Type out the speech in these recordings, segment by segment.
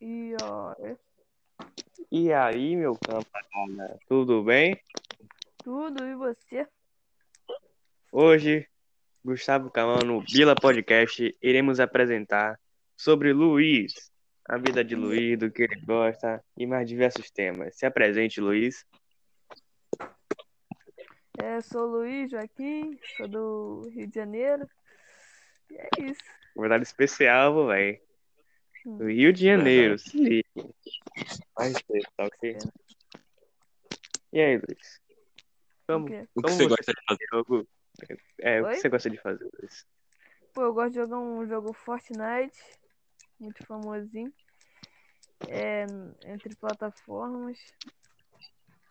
E, ó, é E aí, meu camarada, tudo bem? tudo. E você? Hoje, Gustavo Camano, Bila Podcast, iremos apresentar sobre Luiz, a vida de Luiz, do que ele gosta e mais diversos temas. Se apresente, Luiz. É, sou Luiz Joaquim, sou do Rio de Janeiro. E é isso. Um Convidado especial, velho. Do Rio de Janeiro, se liga. Vai ser, tá ok? E aí, Luiz? O Como, quê? O que como Então você gosta de fazer? de jogo? É, o Oi? que você gosta de fazer, Luiz? Pô, eu gosto de jogar um jogo Fortnite, muito famosinho. É, entre plataformas.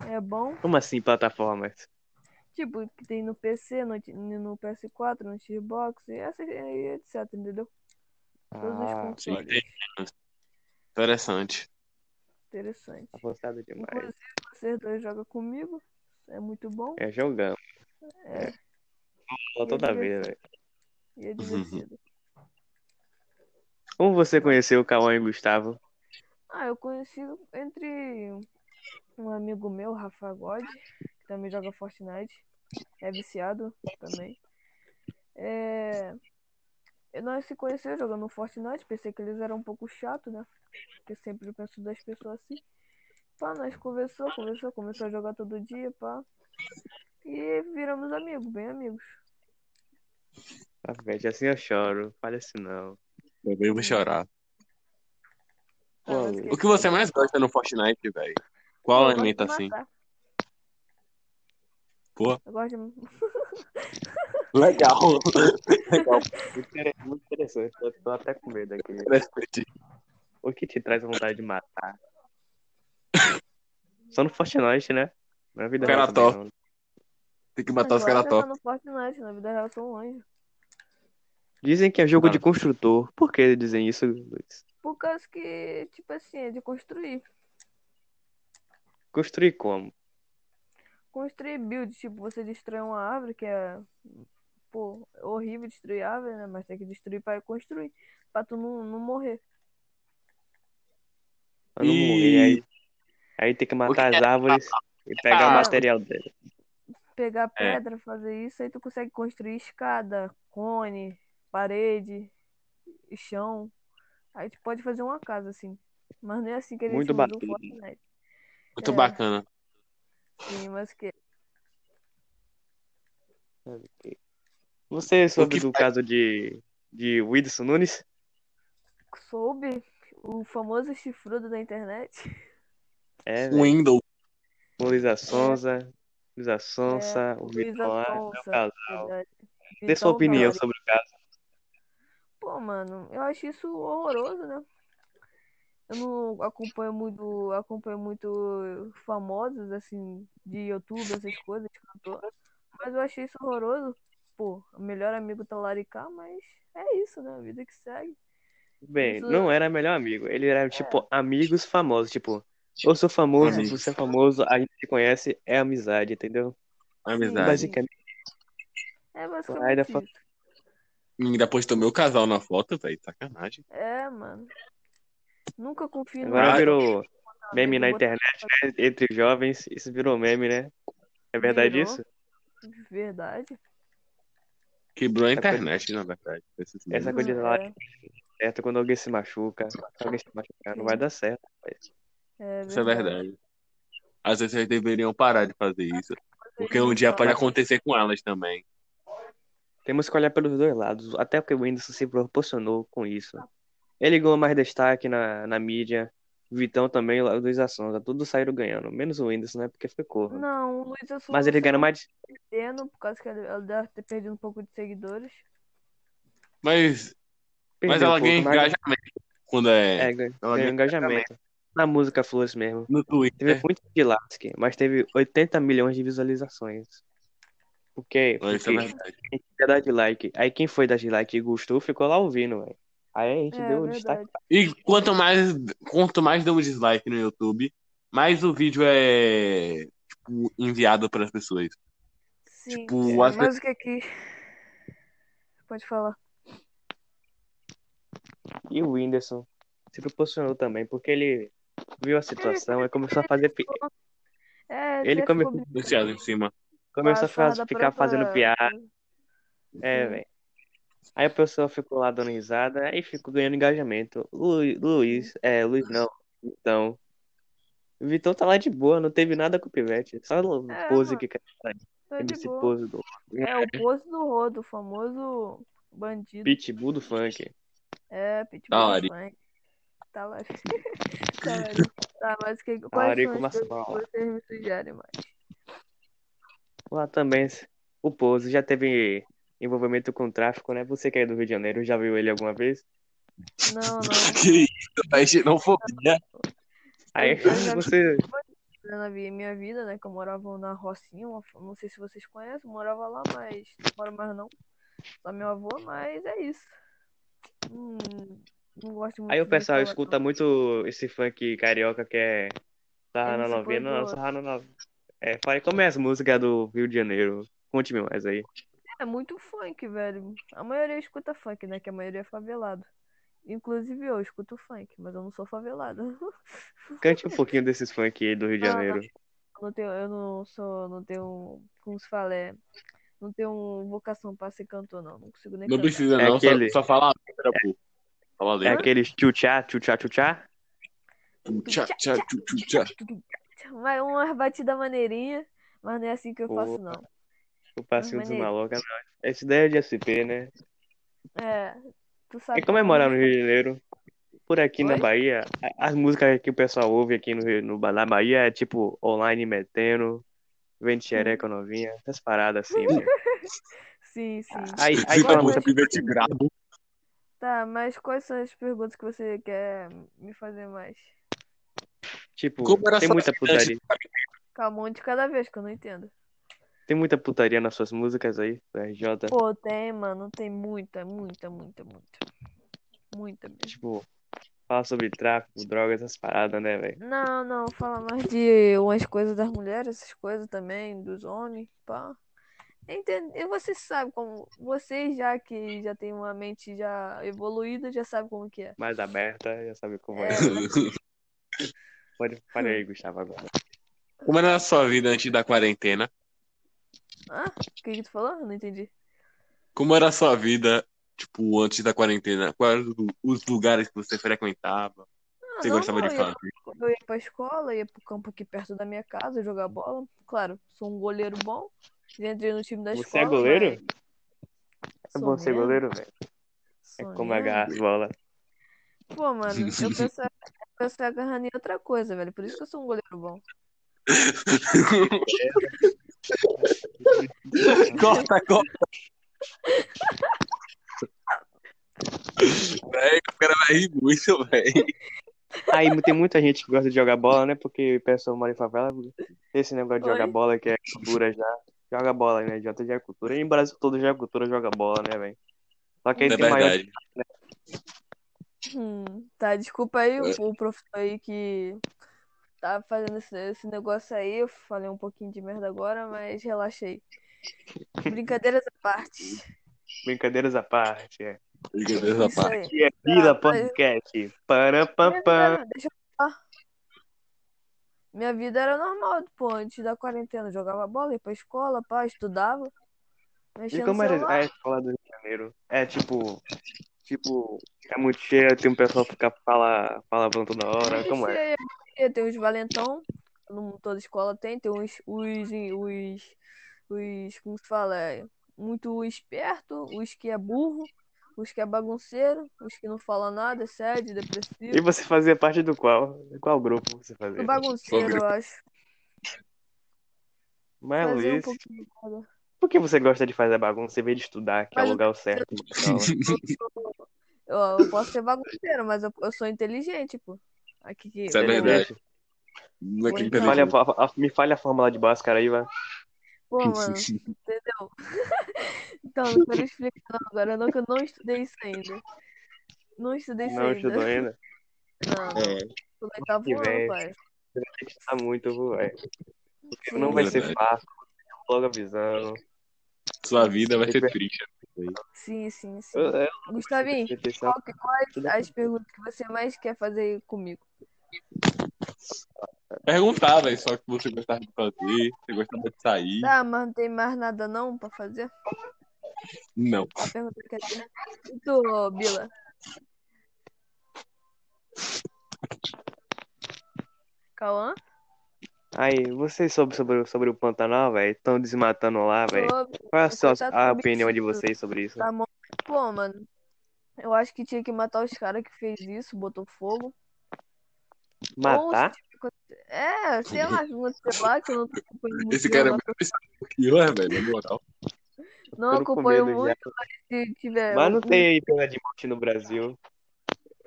É bom. Como assim, plataformas? Tipo, que tem no PC, no, no PS4, no Xbox e essas- e etc, entendeu? Todos os Ah, sim. consoles. Interessante. Interessante. avançado demais. Inclusive, vocês dois jogam comigo. É muito bom. É jogando. É. Fala toda vez, né? velho. E é divertido. Como você conheceu o Cauã e o Gustavo? Ah, eu conheci entre um amigo meu, Rafa God, que também joga Fortnite. É viciado também. É... e Nós se conheceu jogando Fortnite, pensei que eles eram um pouco chato, né? Porque sempre eu penso das pessoas assim. Pá, nós conversou, conversou, começou a jogar todo dia, pá. E viramos amigos, bem amigos. Ah, velho, assim eu choro. Fala assim não. Também vou chorar. Tá, mas Pô, O que você mais gosta no Fortnite, velho? Qual eu gosto de alimenta assim? matar. Pô. Eu gosto de... Legal. Legal, Muito inter- muito interessante. Eu tô até com medo aqui. interessante. O que te traz vontade de matar? Só no Fortnite, né? Na vida Cara real também top. não. Tem que matar os Mas caras agora top. eu tô jogando Fortnite, na vida real eu sou um anjo. Dizem que é jogo Não. de construtor. Por que dizem isso, Luiz? Por causa que, tipo assim, é de construir. Construir como? Construir build, tipo, você destrói uma árvore, que é, pô, é horrível destruir árvore, né? Mas tem que destruir pra construir, pra tu não, não morrer. Pra não Ih. morrer. Aí, aí tem que matar que é? as árvores e pegar o Ah. material dela. Pegar É. pedra, fazer isso, aí tu consegue construir escada, cone, parede, chão. Aí tu pode fazer uma casa, assim. Mas não é assim que a gente Muito usa o bacana. Fortnite. Muito É. bacana. Sim, mas que... Você soube que do faz? caso de, de Wilson Nunes? Soube o famoso chifrudo da internet. É, velho. Windows. Com Luísa Sonza, Luísa Sonsa, o Luísa Vitão lá, é um Sonza, Então, casal. Verdade. Dê sua Vitão opinião Valori. sobre o caso. Pô, mano, eu acho isso horroroso, né? Eu não acompanho muito, acompanho muito famosos, assim, de YouTube, essas coisas, de cantor. Mas eu achei isso horroroso. Pô, o melhor amigo tá laricar, mas é isso, né? A vida que segue. Bem, Isso- não era melhor amigo. Ele É. era, tipo, amigos famosos. Tipo, eu sou famoso, É. você é famoso, a gente se conhece, é amizade, entendeu? Amizade. Basicamente, É Ai, basicamente da fa- isso. Ainda postou meu casal na foto, velho. Sacanagem. É, mano. Nunca confio no agora Ai. virou meme na Vou botar- internet, né? Entre jovens, isso virou meme, né? É verdade Virou. isso? Verdade. Quebrou a Essa coisa- internet, na verdade. Esses Essa coisa memes. de É. lá certo quando alguém se machuca. Se alguém se machucar, não vai dar certo. rapaz. É Isso é verdade. Às vezes vocês deveriam parar de fazer isso. Porque um não dia fala. pode acontecer com elas também. Temos que olhar pelos dois lados, até porque o Whindersson se proporcionou com isso. Ele ganhou mais destaque na, na mídia, Vitão também, lá, os dois ações, todos saíram ganhando, menos o Whindersson, né? Porque foi corra. Não, o Luiz Assunção Mas ele ganhou mais. perdendo, por causa que ela ela deve ter perdido um pouco de seguidores. Mas, mas perdeu ela um ganha pouco, mas- engajamento quando é, É, ganhou, ganhou ela ganha engajamento. Na música Flores mesmo. no Teve Twitter. muito de lasque, mas teve 80 milhões de visualizações. Por quê? Olha, Porque Isso é verdade. a gente quer dar de like. Aí quem foi dar de like e gostou ficou lá ouvindo, velho. Aí a gente é, deu o destaque. verdade. E quanto mais, quanto mais damos dislike no YouTube, mais o vídeo é tipo, enviado para as pessoas. Sim. Tipo, sim. às Mas o que é que. Pode falar. E o Whindersson se proporcionou também, porque ele viu a situação e começou a fazer. pi- É, Ele até come- ficou Do Thiago em cima. Começou a Mas fala faz- da ficar fazendo própria- piada. É, Uhum. velho. Aí a pessoa ficou lá dando risada e ficou ganhando engajamento. Lu, Luiz, é, Luiz não. Então. O Vitão tá lá de boa, não teve nada com o Pivete. Só o É, pose mano. que cara, Tá de esse boa. pose do É o Pose do Rodo, o famoso bandido. Pitbull do funk. É, Pitbull. Da hora. Funk. Tá lá. tá lá. Tá, mas que, quais Larico são as coisas Marçal. que vocês me sugerem mais? Lá também o pose já teve envolvimento com tráfico, né? Você que é do Rio de Janeiro, já viu ele alguma vez? Não, não. Que isso, tá xenofobia. Aí Eu já vi. você. Na vi- minha vida, né? Que eu morava na Rocinha, uma fa- não sei se vocês conhecem, eu morava lá, mas não moro mais não. Só meu avô, mas é isso. Hum, não gosto muito então. Aí o de pessoal falar, escuta não. muito esse funk carioca que é Sarra na MC novinha. Não, Bonjour. Sarra na novinha. É, fala, como é as músicas do Rio de Janeiro? Conte-me mais aí. É muito funk, velho. A maioria escuta funk, né? Que a maioria é favelado. Inclusive eu escuto funk, mas eu não sou favelado. Cante um pouquinho desses funk aí do Rio de Não, Janeiro. Eu não tenho, eu não sou, não tenho, como se fala, é, não tenho vocação pra ser cantor, não. Não consigo nem Não cantar. precisa, É não. Só, aquele- só fala a letra, pô. Fala a É letra. aqueles tchutchá, tchutchá, tchutchá? Tchá, tchá, tchu, tchu, tchá. Vai umas batidas maneirinhas, mas não é assim que eu Pô. faço, não. O passinho dos Maneiro. malocas. Não, essa ideia é de SP, né? É, tu sabe. E como é morar no Rio de Janeiro? Por aqui na Oi? Bahia, a- as músicas que o pessoal ouve aqui no Rio, no, na Bahia é tipo Online Metendo, Vente Xereca Novinha, essas paradas assim. né? Sim, sim. Aí, aí Você tá fala com mas- essa pivete brabo. Tá, mas quais são as perguntas que você quer me fazer mais? Tipo, Como era tem sua muita cidade? putaria, Calma, um de cada vez, que eu não entendo. tem muita putaria nas suas músicas aí, né? do RJ. Pô, tem, mano, tem muita, muita, muita, muita. Muita mesmo. Tipo, fala sobre tráfico, drogas, essas paradas, né, velho? Não, não, fala mais de umas coisas das mulheres, essas coisas também, dos homens, pá. Entende? E você sabe como. Vocês já que já tem uma mente já evoluída, já sabe como que é. Mais aberta, já sabe como é. É. Pode, pode aí, Gustavo, agora. Como era a sua vida antes da quarentena? Ah, o que que tu falou? Eu Não entendi. Como era a sua vida, tipo, antes da quarentena? Quais eram os lugares que você frequentava? Ah, que Você não, gostava não, de eu ia- fazer? Eu ia pra escola, ia pro campo aqui perto da minha casa jogar bola. Claro, sou um goleiro bom. Já entrei no time da Você escola. é goleiro? mas É sou bom ser mesmo, goleiro, velho. É sou como agarrar mesmo. as bolas. Pô, mano, eu penso, eu penso em agarrar em outra coisa, velho. Por isso que eu sou um goleiro bom. corta, corta. Véi, o cara vai rir muito, velho. Aí tem muita gente que gosta de jogar bola, né? Porque o pessoal mora em favela. Esse negócio de Oi? jogar bola que é cultura já. Joga bola, né? Já já é cultura. E no Brasil todo já é cultura, joga bola, né, velho? Só que aí É tem maior verdade. Hum, tá, desculpa aí É. o, o professor aí que tá fazendo esse, esse negócio aí. Eu falei um pouquinho de merda agora, mas relaxei. Brincadeiras à parte. brincadeiras à parte. É. Brincadeira à Isso parte. aí. E é Vila mas- Podcast. Para, pam, pam. Não, deixa eu falar. Minha vida era normal, pô, antes da quarentena. Jogava bola, ia pra escola, pá, estudava. E Mexia no como era celular. a escola do Rio de Janeiro? É tipo. Tipo, é muito cheia, tem um pessoal que fica fala, falando toda hora. Como é? Cheia, cheia. Tem os valentão, não toda escola tem, tem uns, os, os, os, como se fala, é, muito esperto, os que é burro, os que é bagunceiro, os que não fala nada, é sede, E depressivo. você fazia parte do qual? Qual grupo você fazia? Do bagunceiro, eu acho. Mas, Fazer um Luiz, pouquinho de cada. por que você gosta de fazer bagunça em vez de estudar, que é Mas eu- o lugar certo? pra aula? Eu, eu posso ser bagunceiro, mas eu, eu sou inteligente, pô. Aqui que Isso é eu- verdade. Ou Moleque então- Me falha, a- a- me falha a fórmula de Bhaskara aí, vai. Pô, mano, entendeu? Então, não quero explicar não, agora, não, que eu não estudei isso ainda. Não estudei isso Não ainda. estudou ainda? Não, não. É, Tô no oitavo Que ano, velho. pai. Tem que estudar muito, velho. Sim. Não vai ser Verdade. fácil, logo avisando. Sua vida vai é ser triste. Sim, sim, sim. Eu, eu, Gustavinho, eu, qual que- é quais tá as perguntas que você mais quer fazer comigo? Perguntar, velho, só o que você gostava de fazer, você gostava de sair. Tá, mas não tem mais nada não pra fazer? Não. A pergunta que eu tenho. E tu, ô, Bila? Cauã? Aí, vocês soube sobre, sobre o Pantanal, velho? Estão desmatando lá, velho. Ô, Qual é a, Você sua- tá a sobre opinião de isso? vocês sobre isso? Tá mó- Pô, mano. Eu acho que tinha que matar os caras que fez isso, botou fogo. Ou Matar? se tiver aconte- É, sei lá, que aconteceu lá, que eu não tô acompanhando muito. Esse cara não, é muito viciado que eu, velho, na moral. Não Tô com acompanho medo muito, já. mas se tiver. Mas não algum- tem pena de morte no Brasil.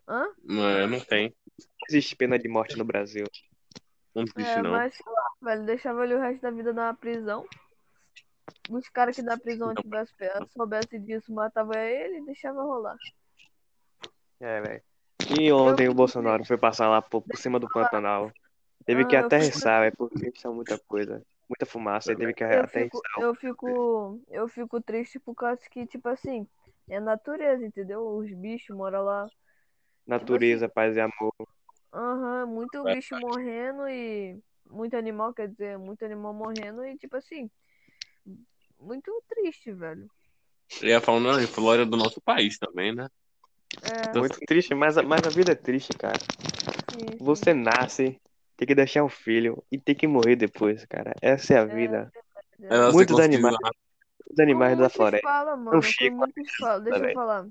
Hã? Não, não tem. Não existe pena de morte no Brasil. Não existe, É, não. mas sei lá, velho, deixava ele o resto da vida na prisão. Os caras que da prisão tivessem soubesse disso, matava ele e deixava rolar. É, velho. E ontem o Bolsonaro foi passar lá por, por cima do Pantanal. Teve que Ah, eu fico- aterrissar, velho, porque tinha muita coisa. Muita fumaça, ele teve que Eu fico, assim. aterrissar. eu fico, eu fico triste por causa que, tipo assim, é natureza, entendeu? Os bichos moram lá. Natureza, paz e amor. Aham, muito bicho morrendo e muito animal, quer dizer, muito animal morrendo e tipo assim, muito triste, velho. Eu ia falar, não, e Flórida é do nosso país também, né? É, Muito triste, mas, a- mas a vida é triste, cara. sim, assim, sim. Você nasce, tem que deixar um filho e tem que morrer depois, cara. Essa é a vida. É. Ela Muitos se animais. conscientiza- Os animais Como da muitos floresta. falam, mano, chego como é muitos falam, deixa eu velho. falar.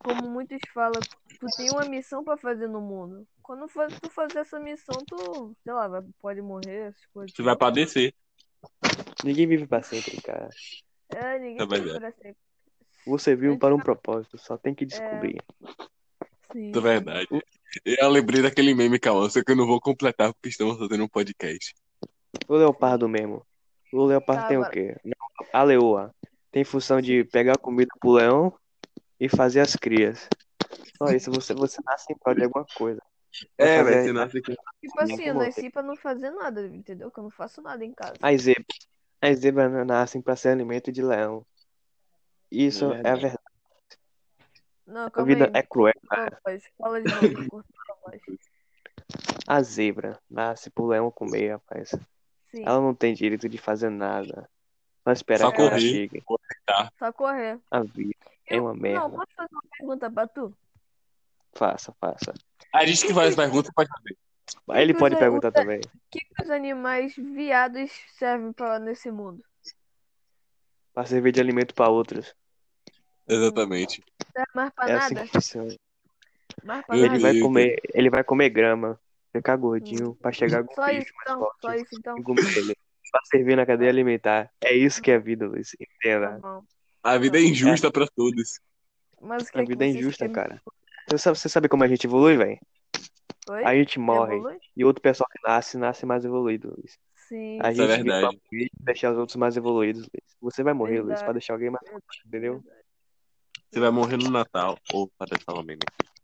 Como muitos falam, tu tem uma missão pra fazer no mundo. Quando fa- tu fazer essa missão, tu, sei lá, vai- pode morrer, essas coisas. Você vai padecer. Ninguém vive pra sempre, cara. É, ninguém É tem verdade. pra sempre. Você vive para um é. propósito, só tem que descobrir. Sim. É verdade. Eu lembrei daquele meme, Calma, só que eu não vou completar porque estamos fazendo um podcast. O leopardo mesmo. O leopardo Tá, tem o agora- quê? Não, a leoa. Tem função de pegar comida pro leão e fazer as crias. Só isso, você, você nasce em prol de alguma coisa. Vai É, fazer velho, você a- nasce aqui. Tipo assim, eu Como- nasci pra não fazer nada, entendeu? Que eu não faço nada em casa. As zebras, as zebras nascem para ser alimento de leão. Isso É é, a verdade. verdade. Não, A calma vida aí. é cruel. Fala, voz. Fala de novo, cortou a voz. A zebra nasce pro leão comer, rapaz. Sim, Ela não tem direito de fazer nada. Só esperar Só que ela correr. chegue. só correr. A vida é Eu- uma Não, merda. posso fazer uma pergunta pra tu? Faça, faça. A gente que faz pergunta pode fazer. Aí ele que pode os- perguntar os- também. O que, que os animais viados servem pra nesse mundo? Pra servir de alimento pra outros. Exatamente. Serve mais pra É assim nada? que funciona. Mais pra E ele nada? Hum, vai Eita. comer, ele vai comer grama, ficar gordinho, pra chegar com Só bicho isso então, forte. só isso então. e comer ele. Pra servir na cadeia alimentar. É isso que é vida, Luiz. Tá Entenda. bom. A vida é injusta pra todos. Mas o que A é que vida é vocês injusta, querem- cara. Você sabe, você sabe como a gente evolui, velho? Oi? A gente morre. Evolui? E outro pessoal que nasce, nasce mais evoluído, Luiz. Sim, A Isso gente é vive pra verdade. morrer e deixar os outros mais evoluídos, Luiz. Você vai morrer, Luiz, pra Verdade. É. deixar alguém mais evoluído, entendeu? Você vai morrer no Natal. Ou para falar né? meme.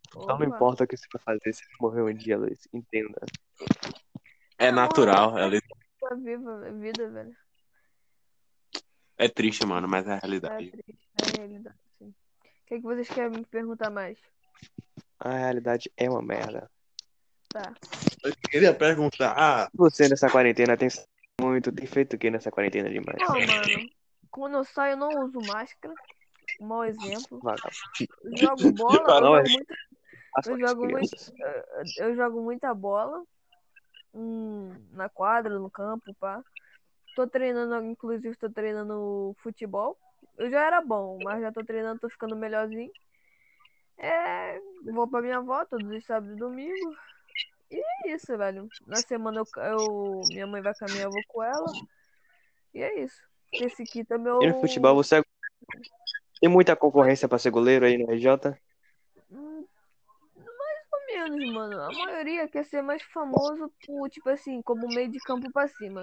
Então não Opa. importa o que você vai fazer, se você morrer um dia, Luiz. Entenda. É natural, ela Tá viva a vida, velho. é triste, mano, mas é a É realidade. triste, é a realidade, sim. O que, é que vocês querem me perguntar mais? A realidade é uma merda. Tá. Eu queria perguntar. ah, Você nessa quarentena tem saído muito, tem feito o que nessa quarentena demais? Não, mano. Quando eu saio, eu não uso máscara. Um mau exemplo. Vagabundo. Eu Jogo bola, eu Não, jogo é- muito As Eu jogo crianças. eu jogo muita bola hum, na quadra, no campo, pá. Tô treinando, inclusive tô treinando futebol. Eu já era bom, mas já tô treinando, tô ficando melhorzinho. É, vou pra minha avó todos os sábados e domingo. E é isso, velho. Na semana eu, eu- minha mãe vai com a minha avó com ela. E é isso. Esse aqui também é E meu. no futebol você é... tem muita concorrência pra ser goleiro aí né, no RJ? Hum, Mais ou menos, mano. A maioria quer ser mais famoso por, tipo assim, como meio de campo pra cima.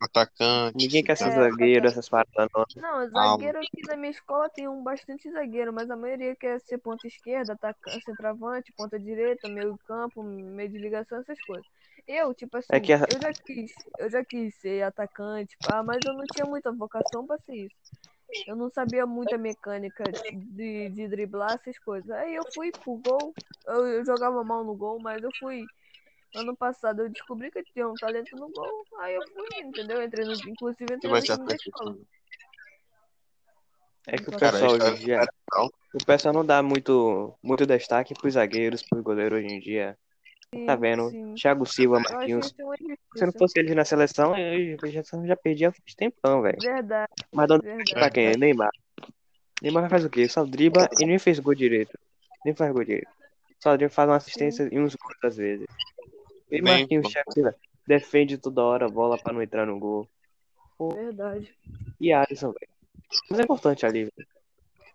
atacante. Ninguém tá? quer ser É. zagueiro, essas paradas não. Não, zagueiro aqui na minha escola tem um bastante zagueiro, mas a maioria quer ser ponta esquerda, atacante, centroavante, ponta direita, meio campo, meio de ligação, essas coisas. Eu, tipo assim, É que a- eu já quis, eu já quis ser atacante, pá, mas eu não tinha muita vocação pra ser isso. Eu não sabia muita mecânica de, de driblar essas coisas. Aí eu fui pro gol, eu, eu jogava mal no gol, mas eu fui. Ano passado eu descobri que eu tinha um talento no gol, aí eu fui, entendeu? Entrei no, inclusive Que entrei no vai ser time da atacante. escola. né? É que o Cara, pessoal isso é- hoje em dia. O pessoal não dá muito, muito destaque pros zagueiros, pros goleiros hoje em dia. Tá vendo? sim. Thiago Silva, Eu achei Marquinhos. isso uma Se não injustiça. fosse eles na seleção, eu eu já, já perdia faz tempão, velho. Verdade, Mas dando pra verdade. quem? tá Neymar. Neymar faz o quê? Só dribla e nem fez gol direito. Nem faz gol direito. Só dribla, faz uma assistência e uns gols às vezes. E Bem, Marquinhos bom. Thiago Silva defende toda hora a bola pra não entrar no gol. Verdade. E Alisson, velho. Mas é importante ali, velho.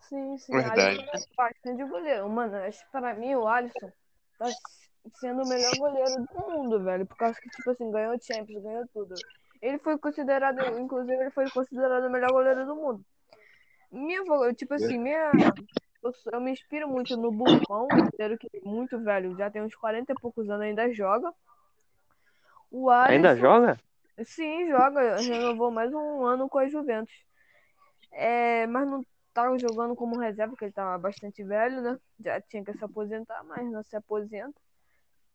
Sim, sim. Verdade. Alisson é bastante de goleiro. Mano, acho que pra mim o Alisson tá s- sendo o melhor goleiro do mundo, velho. Por causa que, tipo assim, ganhou o Champions, ganhou tudo. Ele foi considerado, inclusive, ele foi considerado o melhor goleiro do mundo. Minha, vo- eu, tipo assim, minha. Eu, sou- eu me inspiro muito no Buffon, um goleiro que é muito velho, já tem uns 40 e poucos anos, ainda joga. O Alisson. Ainda joga? Sim, joga. Renovou mais um ano com a Juventus. É, mas não tá jogando como reserva, porque ele tava bastante velho, né? Já tinha que se aposentar, mas não se aposenta.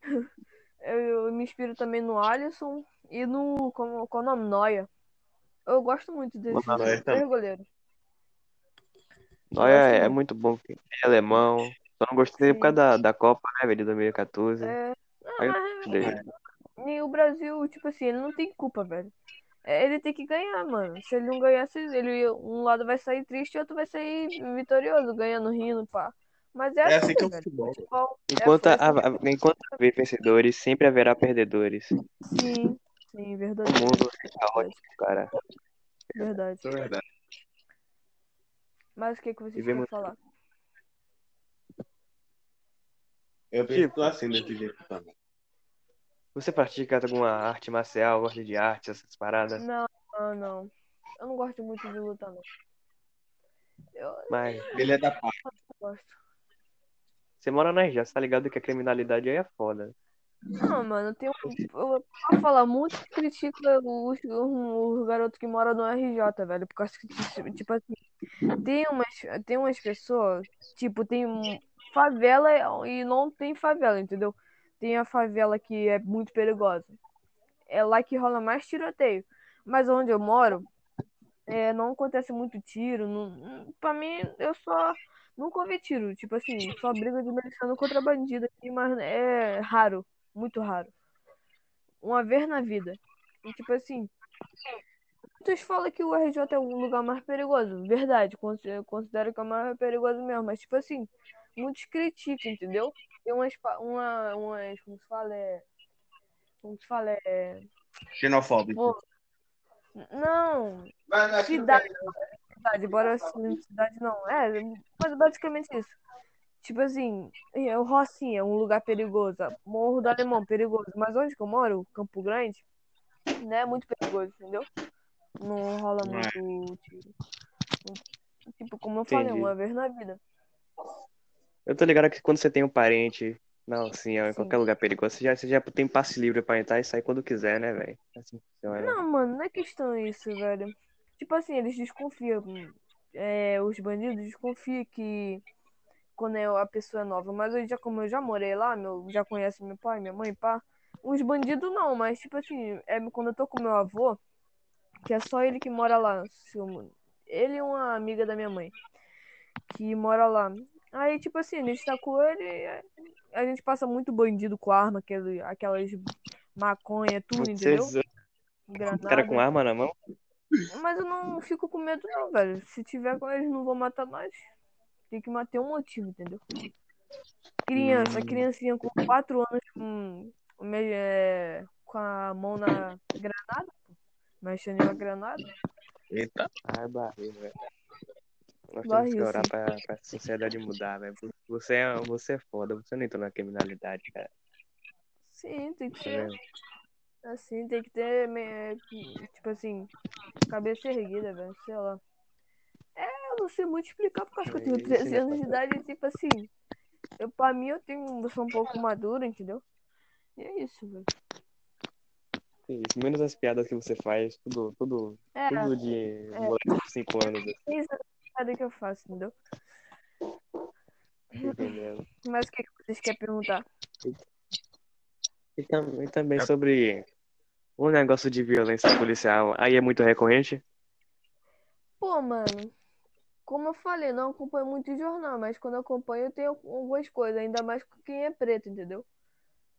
Eu, eu me inspiro também no Alisson e no. Como, qual o nome? Noia. Eu gosto muito desses Mano, é três goleiros. Não, é, Gosto é muito bom. porque É alemão. Só não gostei Sim. por causa da, da Copa, né, velho, de 2014. É, não, Aí eu mas Dele. E o Brasil, tipo assim, ele não tem culpa, velho. É, Ele tem que ganhar, mano. Se ele não ganhasse, ele, um lado vai sair triste e outro vai sair vitorioso, ganhando, rindo, pá. Mas é, É assim que é o velho. futebol. Futebol é Enquanto, assim. a- a- enquanto haver vencedores, sempre haverá perdedores. O Sim, sim, verdade. mundo é caótico, cara. Verdade. Isso é verdade. Mas o que, que vocês Vivemos- querem falar? Eu Tipo. fico assim desse jeito também. Você pratica alguma arte marcial, gosta de arte, essas paradas? Não, não, não. Eu não gosto muito de luta, não. Eu Mas Ele é da paz. gosto. você mora na região, você tá ligado que a criminalidade aí é foda. Não, mano, tem um. Eu posso falar muito que critica os, os garotos que moram no RJ, velho. Por causa que, tipo assim, tem umas, tem umas pessoas, tipo, tem um- favela e não tem favela, entendeu? Tem a favela que é muito perigosa. É lá que rola mais tiroteio. Mas onde eu moro, é, não acontece muito tiro. Não, não- pra mim, eu só. Nunca ouvi tiro. Tipo assim, só briga de miliciano contra bandido aqui, mas é raro muito raro. Uma vez na vida. E, tipo assim, muitos falam que o RJ é um lugar mais perigoso. Verdade, con- eu considero que é o mais perigoso mesmo. Mas, tipo assim, muitos criticam, entendeu? Tem umas, pa- uma, umas como se fala, é... Como se fala, é... tipo, Xenofóbico. Não, cidade, cidade, bora assim, cidade não. É, mas basicamente isso. Tipo assim, é, o Rocinha é um lugar perigoso, Morro do Alemão perigoso, mas onde que eu moro, Campo Grande, né, é muito perigoso, entendeu? Não rola Não é. muito tiro. Tipo, como eu falei, Entendi. uma vez na vida. Eu tô ligado que quando você tem um parente na Alcinha, ou em Sim. qualquer lugar perigoso, você já, você já tem passe livre pra entrar e sair quando quiser, né, velho? Assim funciona. Não, mano, não é questão isso, velho. Tipo assim, eles desconfiam. é, os bandidos desconfiam que quando é- a pessoa é nova. Mas eu já, como eu já morei lá, meu, já conheço meu pai, minha mãe, pá. Os bandidos não, mas tipo assim, é, quando eu tô com meu avô, que é só ele que mora lá. se eu- Ele e uma amiga da minha mãe, que mora lá. Aí, tipo assim, a gente tá com ele. é, A gente passa muito bandido com arma, aquele, aquelas maconha, tudo, Você, entendeu? zoa o Granada. cara com arma na mão? Mas eu não fico com medo, não, velho. Se tiver com eles, não vou matar nós. Tem que matar um motivo, entendeu? Criança, Hum. criancinha com 4 anos com, com me- é, com a mão na granada, pô. mexendo em uma granada. Eita. Ai, Ah, é barril, velho. Nós temos Barril, que orar sim. pra, pra sociedade mudar, velho. Você é, você é foda, você não entrou na criminalidade, cara. Sim, tem que Tá ser. vendo? Assim, tem que ter, me- tipo assim, cabeça erguida, velho, sei lá. É, eu não sei muito explicar porque eu acho que eu tenho Isso, né, 13 anos de idade, tipo assim, eu, pra mim eu tenho, eu sou um pouco maduro, entendeu? E é isso, velho. Que Isso, menos as piadas que você faz, tudo, tudo, É, tudo de moleque de 5 anos, assim, isso é a piada que eu faço, entendeu? tá entendendo? Mas o que que vocês querem perguntar? E, tam- e também sobre o negócio de violência policial, aí é muito recorrente? Pô, mano, como eu falei, não acompanho muito jornal, mas quando eu acompanho eu tenho algumas coisas, ainda mais com quem é preto, entendeu?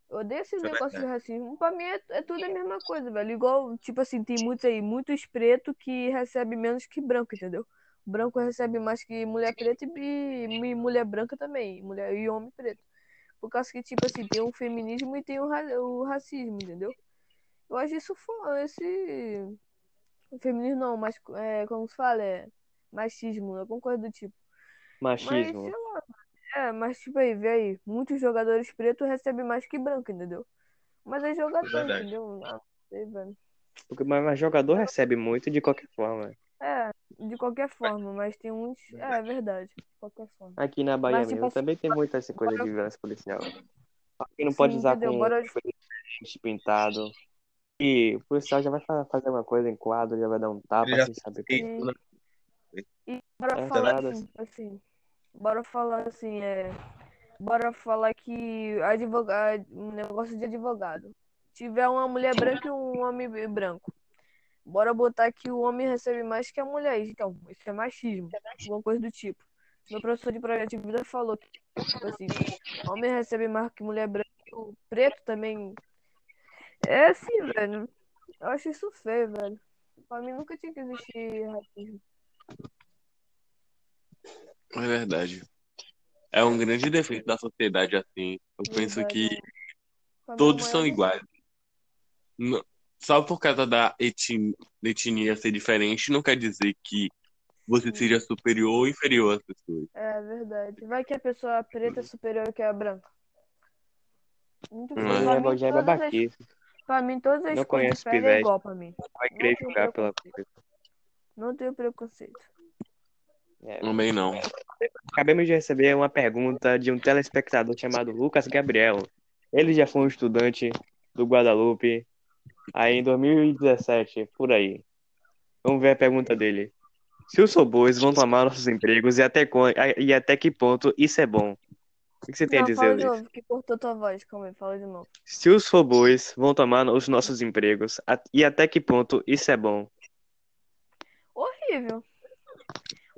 Eu odeio esse Isso é negócio de racismo. Pra mim é, é tudo a mesma coisa, velho. Igual, tipo assim, tem muitos aí, muitos pretos que recebem menos que branco, entendeu? Branco recebe mais que mulher preta e, bi- e mulher branca também, mulher e homem preto. Por causa que, tipo assim, tem o feminismo e tem o, ra- o racismo, entendeu? Eu acho isso fo- esse o feminismo não, mas é, como se fala, é machismo, alguma coisa do tipo. Mas, sei Machismo. lá, mano. é, mas tipo aí, vê aí, muitos jogadores pretos recebem mais que branco, entendeu? Mas é jogador, Verdade. entendeu? Ah, não sei, velho. Porque, mas, mas jogador recebe muito de qualquer forma. É, de qualquer forma, mas tem uns. É, é verdade, de qualquer forma. Aqui na Bahia Mas, tipo, mesmo também tem muita essa coisa de bora- violência policial. Aqui não Sim, pode usar entendeu? com Bora- pente pintado. E o policial já vai fa- fazer uma coisa em quadro, já vai dar um tapa Ele já- sem saber E- como. Bora É, falar nada. assim, assim, bora falar assim, é, bora falar que advogado, um negócio de advogado. Tiver uma mulher branca e um homem branco. Bora botar que o homem recebe mais que a mulher. Então, isso é machismo, alguma coisa do tipo. Meu professor de projeto de vida falou que, tipo assim, homem recebe mais que mulher branca e o preto também. É assim, velho. Eu acho isso feio, velho. Pra mim nunca tinha que existir racismo. É verdade. É um grande defeito da sociedade assim. Eu penso que Pra minha todos mãe, são eu não- é. iguais. Não- Só por causa da etni- da etnia ser diferente, não quer dizer que você Sim. seja superior ou inferior às pessoas. É verdade. Vai que a pessoa preta é superior que a branca. Muito Não bem. é. Pra Já mim, é todas as, babaquice, pra mim, todas as Não cores conhece de pele é pivete. igual pra mim. vai Não querer tenho julgar pela preconceito. Não tenho preconceito. É. Também não. Acabamos de receber uma pergunta de um telespectador chamado Lucas Gabriel. Ele já foi um estudante do Guadalupe aí em 2017, por aí. Vamos ver a pergunta dele. Se os robôs vão tomar nossos empregos e até, quan- e até que ponto isso é bom? O que você tem a Não, dizer, fala de Luiz? novo, que cortou tua voz. Calma aí, fala de novo. Se os robôs vão tomar os nossos empregos a- e até que ponto isso é bom? Horrível.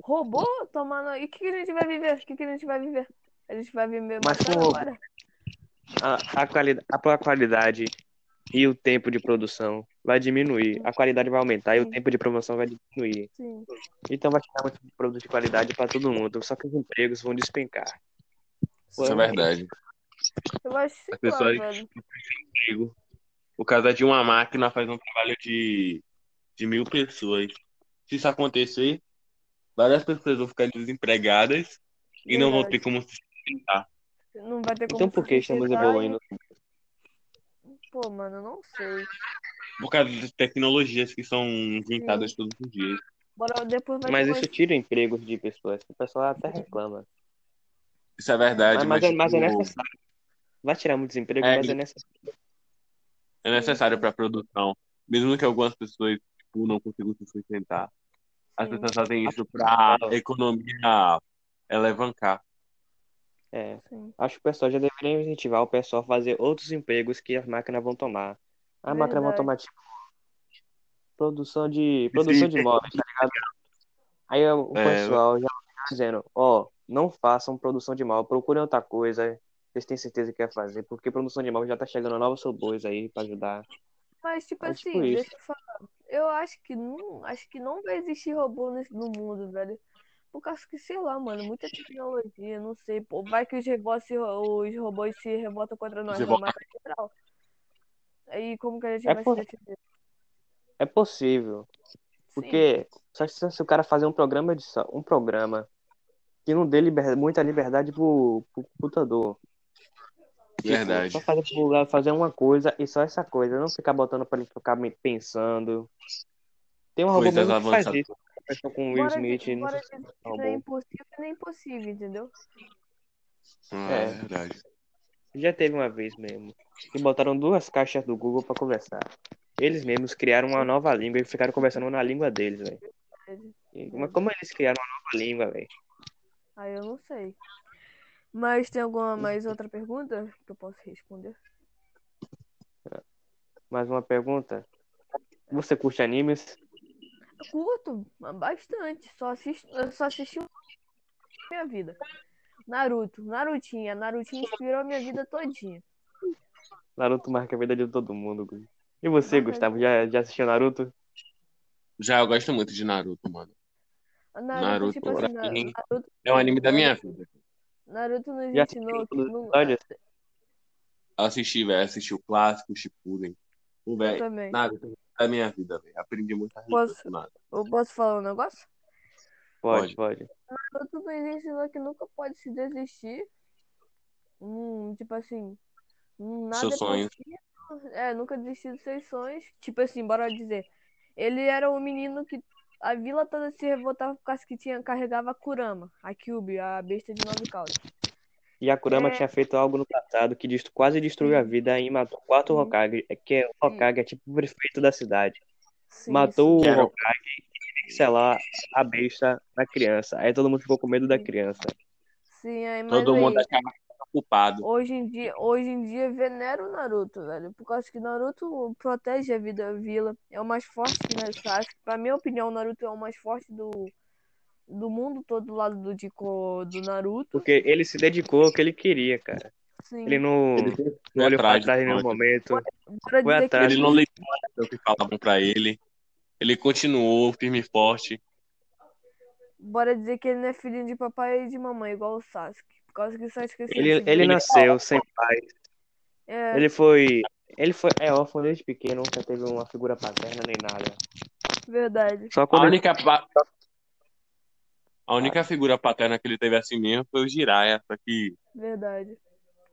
Robô tomando. E o que, que a gente vai viver? O que, que a gente vai viver? A gente vai viver Mas matando com robô. agora? A, a, quali- a tua qualidade e o tempo de produção vai diminuir, a qualidade vai aumentar e o Sim. tempo de promoção vai diminuir. Sim. Então vai ficar muito produto de qualidade para todo mundo, só que os empregos vão despencar. Pô, Isso é verdade. Eu acho sei As pessoas- lá, velho. Digo, Por causa de uma máquina faz um trabalho de, de mil pessoas. Se isso acontecer, várias pessoas vão ficar desempregadas e não vão ter Verdade. como se sustentar. Não vai ter como Então por que se estamos sustentar e- evoluindo? Pô, mano, eu não sei. Por causa das tecnologias que são inventadas todos os dias. Bora depois vai Mas ter isso mais- tira empregos de pessoas, o pessoal até reclama. Isso é verdade, Mas, mas, é, mas é tipo, necessário. Vai tirar muitos empregos, É, mas é necessário. é necessário para a produção. Mesmo que algumas pessoas tipo, não consigam se sustentar. As Sim. pessoas fazem isso para a economia alavancar. É. Sim. Acho que o pessoal já deveria incentivar o pessoal a fazer outros empregos que as máquinas vão tomar. A máquina vai Verdade. tomar, tipo, produção de, produção de Sim. móveis, tá ligado? Aí o É. pessoal já tá dizendo, ó, não façam produção de móvel, procurem outra coisa, vocês têm certeza que quer fazer, porque produção de móvel já tá chegando novos robôs aí pra ajudar. Mas, tipo É assim, tipo isso. deixa eu falar. Eu acho que não, acho que não vai existir robô nesse- no mundo, velho. Por causa que, sei lá, mano, muita tecnologia, não sei. Pô, vai que os, revós se- os robôs se revoltam contra nós, Se vai revolta. matar geral. Aí como que a gente É vai por- se assim? defender? É possível, Sim, porque só que se, se o cara fazer um programa de só- um programa que não dê liber- muita liberdade pro, pro computador. Tipo, Verdade. Só fazer, pro lugar, fazer uma coisa e só essa coisa. Não ficar botando pra ele ficar me- pensando. Tem um robô Coisas mesmo que faz avançadas. isso. Conversou com o Will Bora Smith. dizer- não bora sei se dizer é um que não é robô. impossível e nem possível, entendeu? Ah, É. é verdade. Já teve uma vez mesmo. Que botaram duas caixas do Google pra conversar. Eles mesmos criaram uma nova língua e ficaram conversando na língua deles, velho. E- Mas como eles criaram uma nova língua, velho? Aí eu não sei. Mas tem alguma Hum. mais outra pergunta que eu posso responder? Mais uma pergunta. Você curte animes? Eu curto bastante. Só assisto, eu só assisti um na minha vida. Naruto, Narutinha, Narutinha inspirou a minha vida todinha. Naruto marca a vida de todo mundo. Gu. E você, Marca. Gustavo, já, já assistiu Naruto? Já eu gosto muito de Naruto, mano. A Naruto, tipo assim, pra Na- mim, Naruto, É um anime da minha vida. Naruto nos Já ensinou assistiu que todos os não- episódios? Assisti, velho. Assisti o clássico, o Shippuden. Pô, Eu velho, também. Naruto é um anime da minha vida, velho. Aprendi muita coisa Posso- com Naruto. Eu posso falar um negócio? Pode, pode. Naruto nos ensinou que nunca pode se desistir. Hum, tipo assim, hum, nada Seus é sonhos. possível. É, nunca desistir dos seus sonhos. Tipo assim, bora dizer. Ele era um menino que a vila toda se revoltava por causa que tinha, carregava a Kurama, a Kyuubi, a besta de nove caudas. E a Kurama É. tinha feito algo no passado que dest- quase destruiu a vida e matou quatro Uhum. Sim. Hokage, que é o Hokage é tipo o prefeito da cidade. Sim, matou sim. o Hokage e tinha que selar a besta na criança. Aí todo mundo ficou com medo da criança. Sim, aí, mas Todo aí, mundo tá acaba culpado. Hoje em dia, hoje em dia venera o Naruto, velho. Por causa que Naruto protege a vida da vila. É o mais forte, né, Sasuke? Pra minha opinião, o Naruto é o mais forte do, do mundo todo do lado do, de, co- do Naruto. Porque ele se dedicou ao que ele queria, cara. Sim. Ele não, é Ele não olhou pra atrás, trás em nenhum pode. momento. Pra foi dizer que atrás. Ele não leitou o que falavam pra ele. Ele continuou firme e forte. Bora dizer que ele não é filhinho de papai e de mamãe, igual o Sasuke. Por causa que o Sasuke é Ele, sensível. ele nasceu sem pai. É, Ele foi. Ele foi. É órfão desde pequeno, nunca teve uma figura paterna nem nada. verdade. Só A quando ele única, pa- a única figura paterna que ele teve assim mesmo foi o Jiraiya. Só que Verdade.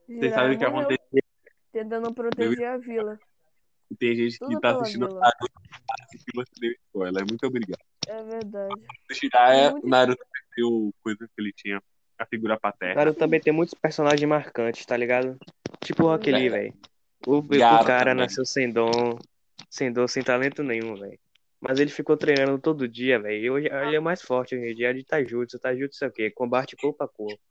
vocês sabem o que Jiraiya morreu aconteceu. Tentando proteger a vila. Tem gente que Tudo tá pela assistindo vila. Naruto que você deu spoiler. Muito obrigado. É verdade. O Jiraiya, Muito- Naruto perdeu coisas que ele tinha. A figura paterna. Naruto também tem muitos personagens marcantes, tá ligado? Tipo o Rock Lee, velho. O, o Gaara cara também. nasceu sem dom, sem dom, sem talento nenhum, velho. Mas ele ficou treinando todo dia, velho. E hoje ele é o mais forte hoje em dia é de Taijutsu. Taijutsu é o quê? Combate corpo a corpo.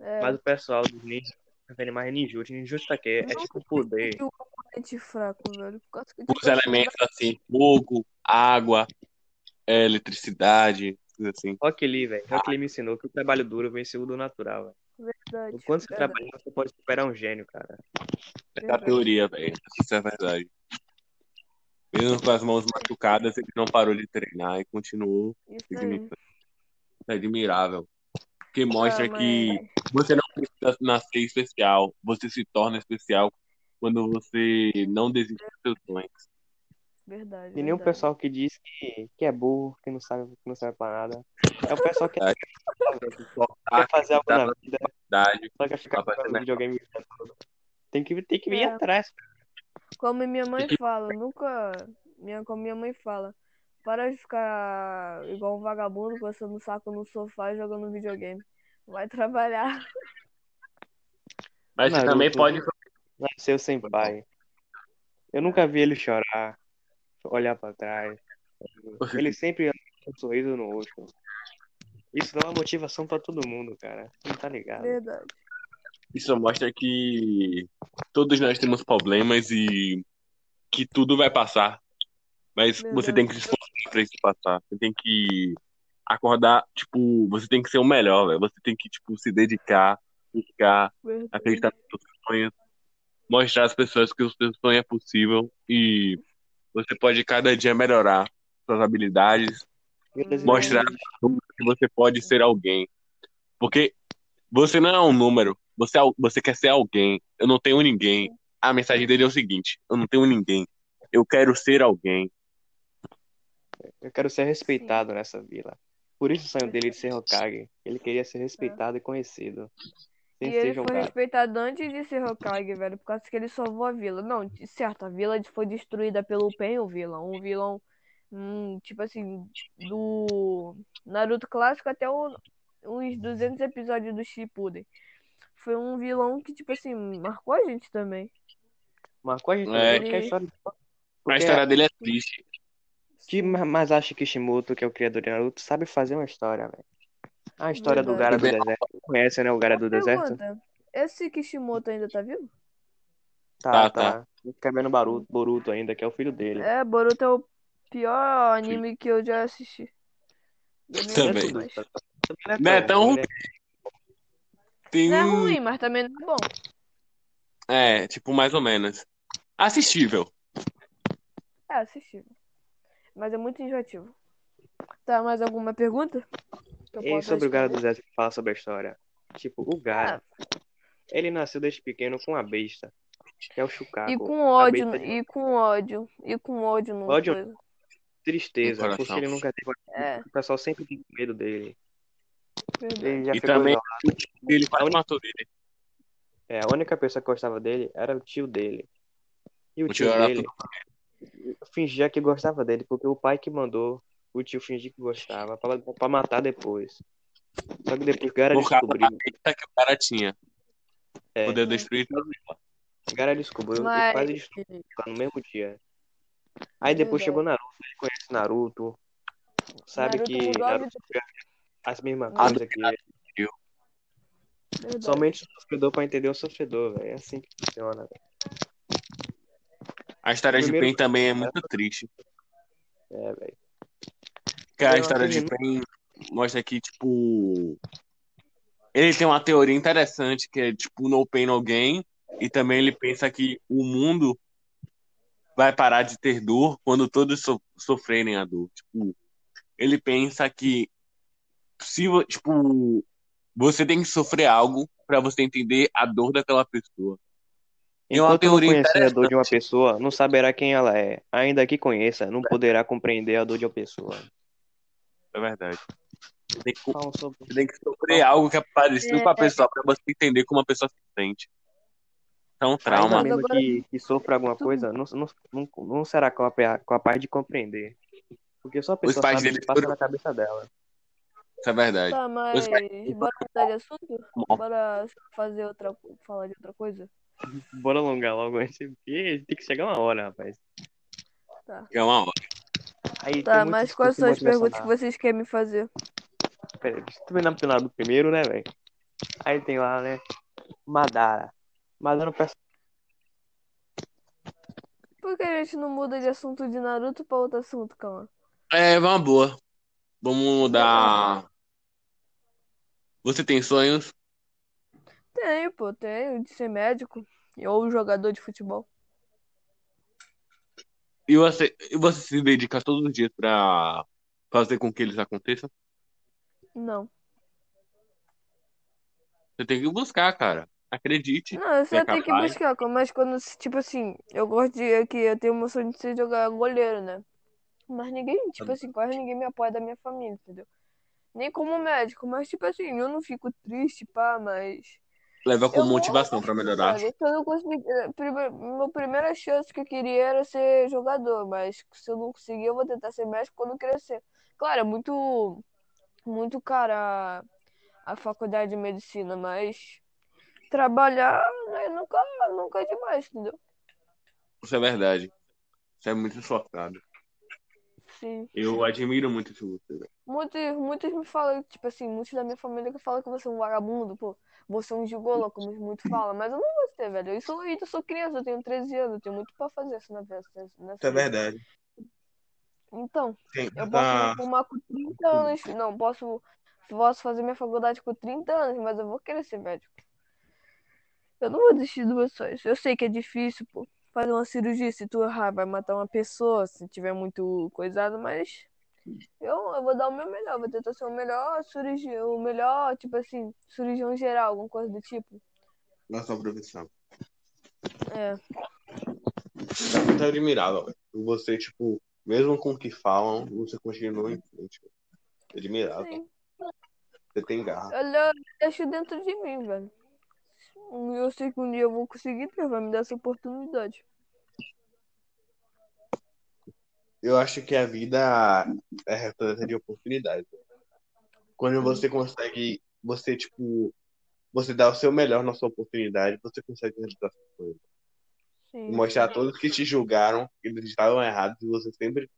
É. Mas o pessoal dos ninjas não vende mais ninjutsu. Ninjutsu tá quê? É tipo poder. E o componente fraco, velho. Por causa que, tipo, Os elementos assim, fogo, água, é, eletricidade, coisas assim. Rock Lee, velho. Rock Lee me ensinou que o trabalho duro vence o do natural, velho. é Verdade, Quando você verdade, trabalha, você pode superar um gênio, cara. Essa é a verdade. teoria, velho. Isso é verdade. Mesmo com as mãos machucadas, ele não parou de treinar e continuou. Isso aí. É admirável. Porque mostra Ah, mas- que você não precisa nascer especial. Você se torna especial quando você não desiste dos seus sonhos. Verdade. E nem um o verdade. pessoal que diz que, que é burro, que não sabe, que não serve pra nada. É o pessoal que Verdade. quer fazer algo na vida, verdade. só quer ficar Rapaz, jogando né? videogame. o dia todo. Tem que, tem que vir É. atrás. Como minha mãe fala, nunca. Minha, como minha mãe fala, para de ficar igual um vagabundo coçando o saco no sofá e jogando videogame. Vai trabalhar. Mas você Naruto. também pode Nasceu sem pai. Eu nunca vi ele chorar, olhar pra trás. Ele sempre anda com um sorriso no rosto. Isso dá uma motivação pra todo mundo, cara. Você Não tá ligado? Verdade. Isso mostra que todos nós temos problemas e que tudo vai passar. Mas Verdade. você tem que se esforçar pra isso passar. Você tem que acordar, tipo, você tem que ser o melhor, velho. Você tem que, tipo, se dedicar, buscar, verdade. acreditar nos seus sonhos, mostrar às pessoas que o seu sonho é possível e você pode cada dia melhorar suas habilidades, Mostrar que você pode ser alguém. Porque você não é um número, você, é al- você quer ser alguém. Eu não tenho ninguém. A mensagem dele é o seguinte: eu não tenho ninguém. Eu quero ser alguém. Eu quero ser respeitado nessa vila. Por isso o sonho dele de ser Hokage. Ele queria ser respeitado e conhecido. E sem ele ser foi João Carlos. respeitado antes de ser Hokage, velho, por causa que ele salvou a vila. Não, de certo, a vila foi destruída pelo Pen, o vilão. Um vilão, hum, tipo assim, do Naruto clássico até o- uns 200 episódios do Shippuden. Foi um vilão que, tipo assim, marcou a gente também. Marcou a gente. É. porque a história... A Porque história dele é triste. que ma- mais acha que Shimoto, que é o criador de Naruto, sabe fazer uma história, velho. A história do Verdade. Gara do Deserto. Você Conhece, né? O Gara do Deserto? Pergunta, esse Kishimoto ainda tá vivo? Tá, Tá, tá. Fica vendo Baruto, Boruto ainda, que é o filho dele. É, Boruto é o pior anime que eu já assisti. Eu nem Também. É aguento mais. Não é tão ruim. ruim. Tem Não é um- ruim, mas também não é bom. É, tipo, mais ou menos. Assistível. É assistível. Mas é muito enjoativo. Tá, mais alguma pergunta? Que eu E possa sobre o Gara do responder? Deserto que fala sobre a história. Tipo, o Gara, ele nasceu desde pequeno com uma besta, que é o Chukaku. E com ódio, besta de- e com ódio, e com ódio no Ódio? coisa. Tristeza, No coração. porque ele nunca teve. É, O pessoal sempre tem medo dele. verdade. Ele já E ficou também- isolado. Ele quase matou ele. É, a única pessoa que gostava dele era o tio dele. E o, O tio, tio era dele fingia que gostava dele, porque o pai que mandou o tio fingir que gostava, pra, pra matar depois. Só que depois o Gara Por causa da descobriu. besta que o cara tinha. Tá É. Poder destruir tudo. O Gara descobriu e Mas- quase destruiu lá no mesmo dia. Aí depois Verdade. chegou Naruto, ele conhece Naruto. Sabe Naruto que mudou a Naruto faz a mesma Ah, coisa que ele. Verdade. Somente o sofredor pra entender o sofredor, velho. É assim que funciona. velho. A história de Primeiro- né? Pen também é muito triste. É, velho. Porque a Eu história acho de Pen mostra que, tipo. Ele tem uma teoria interessante que é, tipo, no pain, no gain. E também ele pensa que o mundo vai parar de ter dor quando todos so- sofrerem a dor. Tipo, ele pensa que se, vo- tipo, você tem que sofrer algo pra você entender a dor daquela pessoa. Tem uma Enquanto não teoria conhecer a dor de uma pessoa, não saberá quem ela é. Ainda que conheça, não poderá compreender a dor de uma pessoa. É verdade. Você tem que, Falam sobre você tem que sofrer algo que apareceu É, com a pessoa pra você entender como a pessoa se sente. Então, Ainda trauma. Mas mesmo agora- que, que sofra alguma Tudo. coisa, não, não, não, não será capa- capaz de compreender. Porque só a pessoa pais sabe o que dele passa foram- na cabeça dela. Isso é verdade. Tá, mas bora mudar de assunto? Bom. Bora fazer outra, falar de outra coisa? Bora alongar logo antes, porque tem que chegar uma hora, rapaz. É uma hora. Aí Tá, tem mas muitas quais são as perguntas coisas que motivacionais. vocês querem me fazer? Pera aí, deixa eu terminar pelo lado primeiro, né, velho? Aí tem lá, né? Madara. Madara é um personagem. Por que a gente não muda de assunto de Naruto pra outro assunto, calma? É uma boa. Vamos mudar. Você tem sonhos? Tenho, pô, tenho de ser médico ou jogador de futebol. E você, e você se dedica todos os dias pra fazer com que eles aconteçam? Não. Você tem que buscar, cara. Acredite. Não, eu só é tenho que capaz. buscar, mas quando, tipo assim, eu gosto de, é que eu tenho uma sonho de ser jogar goleiro, né? Mas ninguém, tipo assim, quase ninguém me apoia da minha família, entendeu? Nem como médico, mas tipo assim, eu não fico triste, pá, mas. Leva Eu com não- motivação pra melhorar. Sabe, se é eu não consegui. eh, prime- Meu primeira chance que eu queria era ser jogador, mas se eu não conseguir, eu vou tentar ser médico quando crescer. Claro, é muito. Muito cara a, a faculdade de medicina, mas. Trabalhar né, nunca, nunca é demais, entendeu? Isso é verdade. Você é muito esforçado. Sim. Eu admiro muito isso em você. velho. Muitos, muitos me falam, tipo assim, muitos da minha família que falam que você é um vagabundo, pô, você é um gigolo, como muito fala, mas eu não vou ser, velho. Eu sou, eu sou criança, eu tenho 13 anos, eu tenho muito pra fazer assim, na nessa, nessa é verdade. Então, Tem eu posso Tá. me formar com 30 anos, não, posso, posso fazer minha faculdade com 30 anos, mas eu vou querer ser médico. Eu não vou desistir dos meus sonhos. Eu sei que é difícil, pô, fazer uma cirurgia, se tu errar, vai matar uma pessoa, se tiver muito coisado, mas eu, eu vou dar o meu melhor, vou tentar ser o melhor cirurgião, o melhor, tipo assim, cirurgião geral, alguma coisa do tipo. na sua profissão. É, Isso é muito admirável. velho. Você, tipo, mesmo com o que falam, você continua em frente. velho. Admirável. sim. Você tem garra. Olha, eu deixo dentro de mim, velho. E eu sei que um dia eu vou conseguir, porque vai me dar essa oportunidade. Eu acho que a vida é repleta de oportunidades. Quando você consegue, você, tipo, você dá o seu melhor na sua oportunidade, você consegue realizar suas coisas. Sim. Mostrar a todos que te julgaram, que eles estavam errados, e você sempre,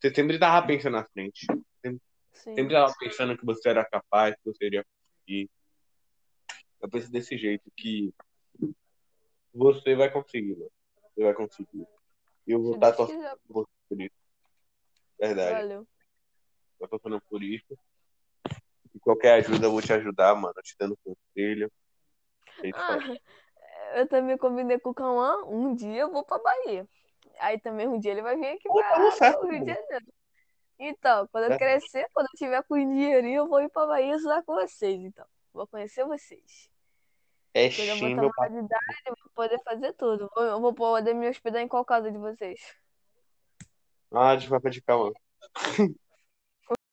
você sempre tava pensando na frente. Sim. Sempre tava pensando que você era capaz, que você iria conseguir. Eu penso desse jeito, que você vai conseguir, mano. Você vai conseguir. E eu vou Se estar Deus torcendo quiser, por verdade. valeu. Eu tô passando por isso. E qualquer ajuda eu vou te ajudar, mano. Te dando conselho. É isso Ah, aí. eu também combinei com o Cauã, um dia eu vou pra Bahia. Aí também um dia ele vai vir aqui Opa, não pra sabe, o Rio de Janeiro. Então, quando eu É. crescer, quando eu tiver com dinheirinho, eu vou ir pra Bahia estudar com vocês, então. Vou conhecer vocês. É Quando eu sim, botar meu maior de idade, eu vou poder fazer tudo. Vou- Eu vou poder me hospedar em qual casa de vocês. Ah, de papo de calma.